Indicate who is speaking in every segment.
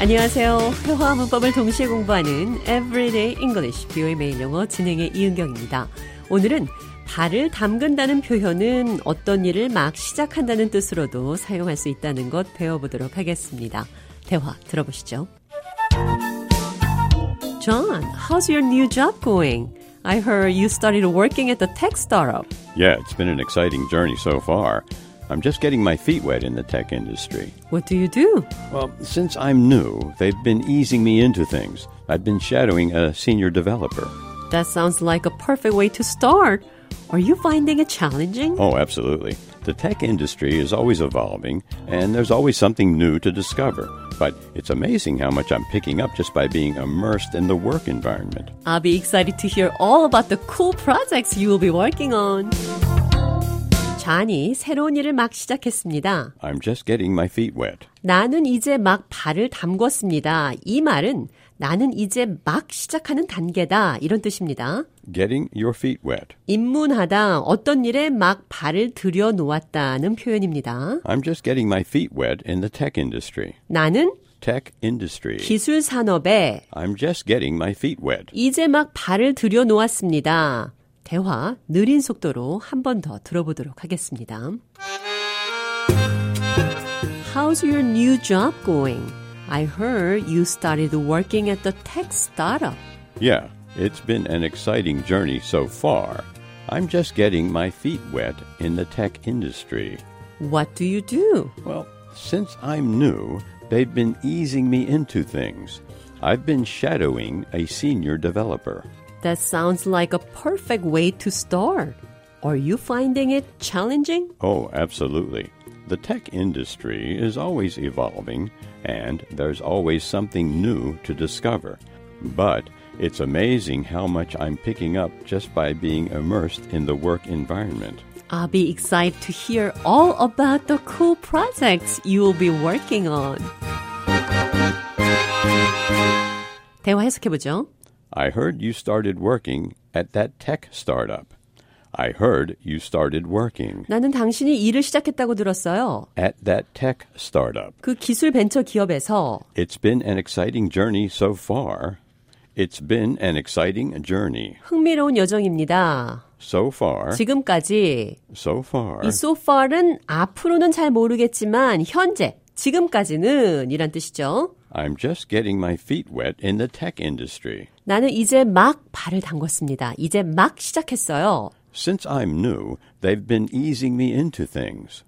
Speaker 1: 안녕하세요. 회화와 문법을 동시에 공부하는 Everyday English 비오의 매일 영어 진행의 이은경입니다. 오늘은 발을 담근다는 표현은 어떤 일을 막 시작한다는 뜻으로도 사용할 수 있다는 것 배워보도록 하겠습니다. 대화 들어보시죠. John, how's your new job going? I heard you started working at the tech startup.
Speaker 2: Yeah, it's been an exciting journey so far. I'm just getting my feet wet in the tech industry.
Speaker 1: What do you do?
Speaker 2: Well, since I'm new, they've been easing me into things. I've been shadowing a senior developer.
Speaker 1: That sounds like a perfect way to start. Are you finding it challenging?
Speaker 2: Oh, absolutely. The tech industry is always evolving, and there's always something new to discover. But it's amazing how much I'm picking up just by being immersed in the work environment.
Speaker 1: I'll be excited to hear all about the cool projects you will be working on. 잔이 새로운 일을 막 시작했습니다.
Speaker 2: I'm just getting my feet wet.
Speaker 1: 나는 이제 막 발을 담궜습니다. 이 말은 나는 이제 막 시작하는 단계다 이런 뜻입니다.
Speaker 2: Getting your feet wet.
Speaker 1: 입문하다 어떤 일에 막 발을 들여 놓았다는 표현입니다.
Speaker 2: I'm just getting my feet wet in the tech industry.
Speaker 1: 나는
Speaker 2: Tech industry.
Speaker 1: 기술 산업에
Speaker 2: I'm just getting my feet wet.
Speaker 1: 이제 막 발을 들여 놓았습니다. 대화 느린 속도로 한 번 더 들어보도록 하겠습니다. How's your new job going? I heard you started working at the tech startup.
Speaker 2: Yeah, it's been an exciting journey so far. I'm just getting my feet wet in the tech industry.
Speaker 1: What do you do?
Speaker 2: Well, since I'm new, they've been easing me into things. I've been shadowing a senior developer.
Speaker 1: That sounds like a perfect way to start. Are you finding it challenging?
Speaker 2: Oh, absolutely. The tech industry is always evolving, and there's always something new to discover. But it's amazing how much I'm picking up just by being immersed in the work environment.
Speaker 1: I'll be excited to hear all about the cool projects you will be working on. 대화 해석해 보죠.
Speaker 2: I heard you started working at that tech startup. I heard you started working
Speaker 1: 나는 당신이 일을 시작했다고 들었어요.
Speaker 2: at that tech startup.
Speaker 1: 그 기술 벤처 기업에서
Speaker 2: It's been an exciting journey so far. It's been an exciting journey
Speaker 1: 흥미로운 여정입니다.
Speaker 2: so far.
Speaker 1: 지금까지
Speaker 2: So far.
Speaker 1: 이 so far은 앞으로는 잘 모르겠지만 현재 지금까지는 이란 뜻이죠.
Speaker 2: I'm just getting my feet wet in the tech industry.
Speaker 1: 나는 이제 막 발을 담궜습니다. 이제 막 시작했어요.
Speaker 2: Since I'm new, they've been easing me into things.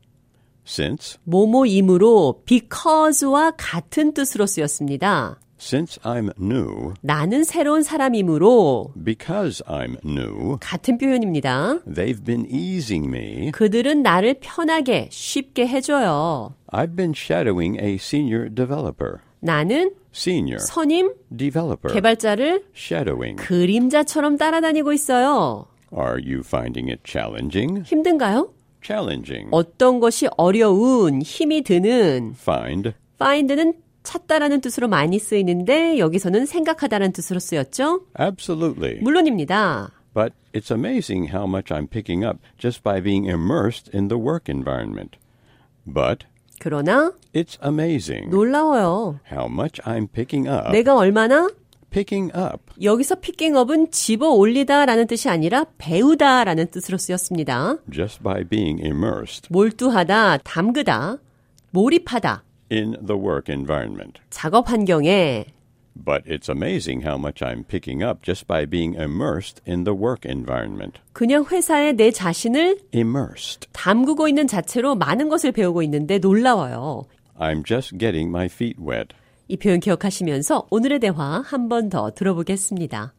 Speaker 2: Since,
Speaker 1: 모모임으로 because와 같은 뜻으로 쓰였습니다.
Speaker 2: since I'm new,
Speaker 1: 나는 새로운 사람이므로
Speaker 2: because I'm new,
Speaker 1: 같은 표현입니다.
Speaker 2: they've been easing me.
Speaker 1: 그들은 나를 편하게 쉽게 해줘요.
Speaker 2: I've been shadowing a senior developer.
Speaker 1: 나는
Speaker 2: Senior
Speaker 1: 선임
Speaker 2: developer.
Speaker 1: 개발자를
Speaker 2: Shadowing.
Speaker 1: 그림자처럼 따라다니고 있어요.
Speaker 2: Are you finding it challenging?
Speaker 1: 힘든가요? Oh.
Speaker 2: Challenging.
Speaker 1: 어떤 것이 어려운 힘이 드는
Speaker 2: Find.
Speaker 1: find는 찾다라는 뜻으로 많이 쓰이는데 여기서는 생각하다라는 뜻으로 쓰였죠?
Speaker 2: Absolutely.
Speaker 1: 물론입니다.
Speaker 2: But it's amazing how much I'm picking up just by being immersed in the work environment. But
Speaker 1: 그러나
Speaker 2: it's amazing
Speaker 1: 놀라워요.
Speaker 2: how much I'm picking up.
Speaker 1: 내가 얼마나
Speaker 2: Picking up.
Speaker 1: 여기서 피킹업은 집어 올리다라는 뜻이 아니라 배우다라는 뜻으로 쓰였습니다.
Speaker 2: Just by being immersed
Speaker 1: 몰두하다, 담그다, 몰입하다,
Speaker 2: in the work environment.
Speaker 1: 작업 환경에
Speaker 2: But it's amazing how much I'm picking up just by being immersed in the work environment.
Speaker 1: 그냥 회사에 내 자신을
Speaker 2: Immersed.
Speaker 1: 담그고 있는 자체로 많은 것을 배우고 있는데 놀라워요.
Speaker 2: I'm just getting my feet wet.
Speaker 1: 이 표현 기억하시면서 오늘의 대화 한 번 더 들어보겠습니다.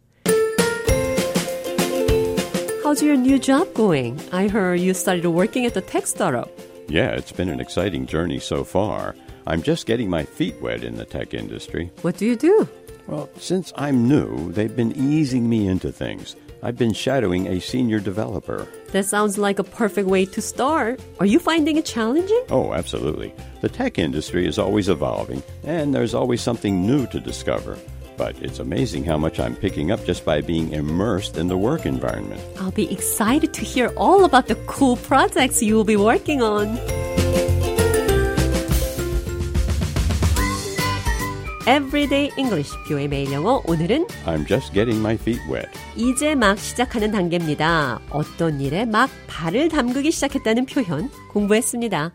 Speaker 1: How's your new job going? I heard you started working at the tech startup.
Speaker 2: Yeah, it's been an exciting journey so far. I'm just getting my feet wet in the tech industry.
Speaker 1: What do you do?
Speaker 2: Well, since I'm new, they've been easing me into things. I've been shadowing a senior developer.
Speaker 1: That sounds like a perfect way to start. Are you finding it challenging?
Speaker 2: Oh, absolutely. The tech industry is always evolving, and there's always something new to discover. But it's amazing how much I'm picking up just by being immersed in the work environment.
Speaker 1: I'll be excited to hear all about the cool projects you will be working on. Everyday English, 뷰의 매일 영어. 오늘은
Speaker 2: I'm just getting my feet wet.
Speaker 1: 이제 막 시작하는 단계입니다. 어떤 일에 막 발을 담그기 시작했다는 표현 공부했습니다.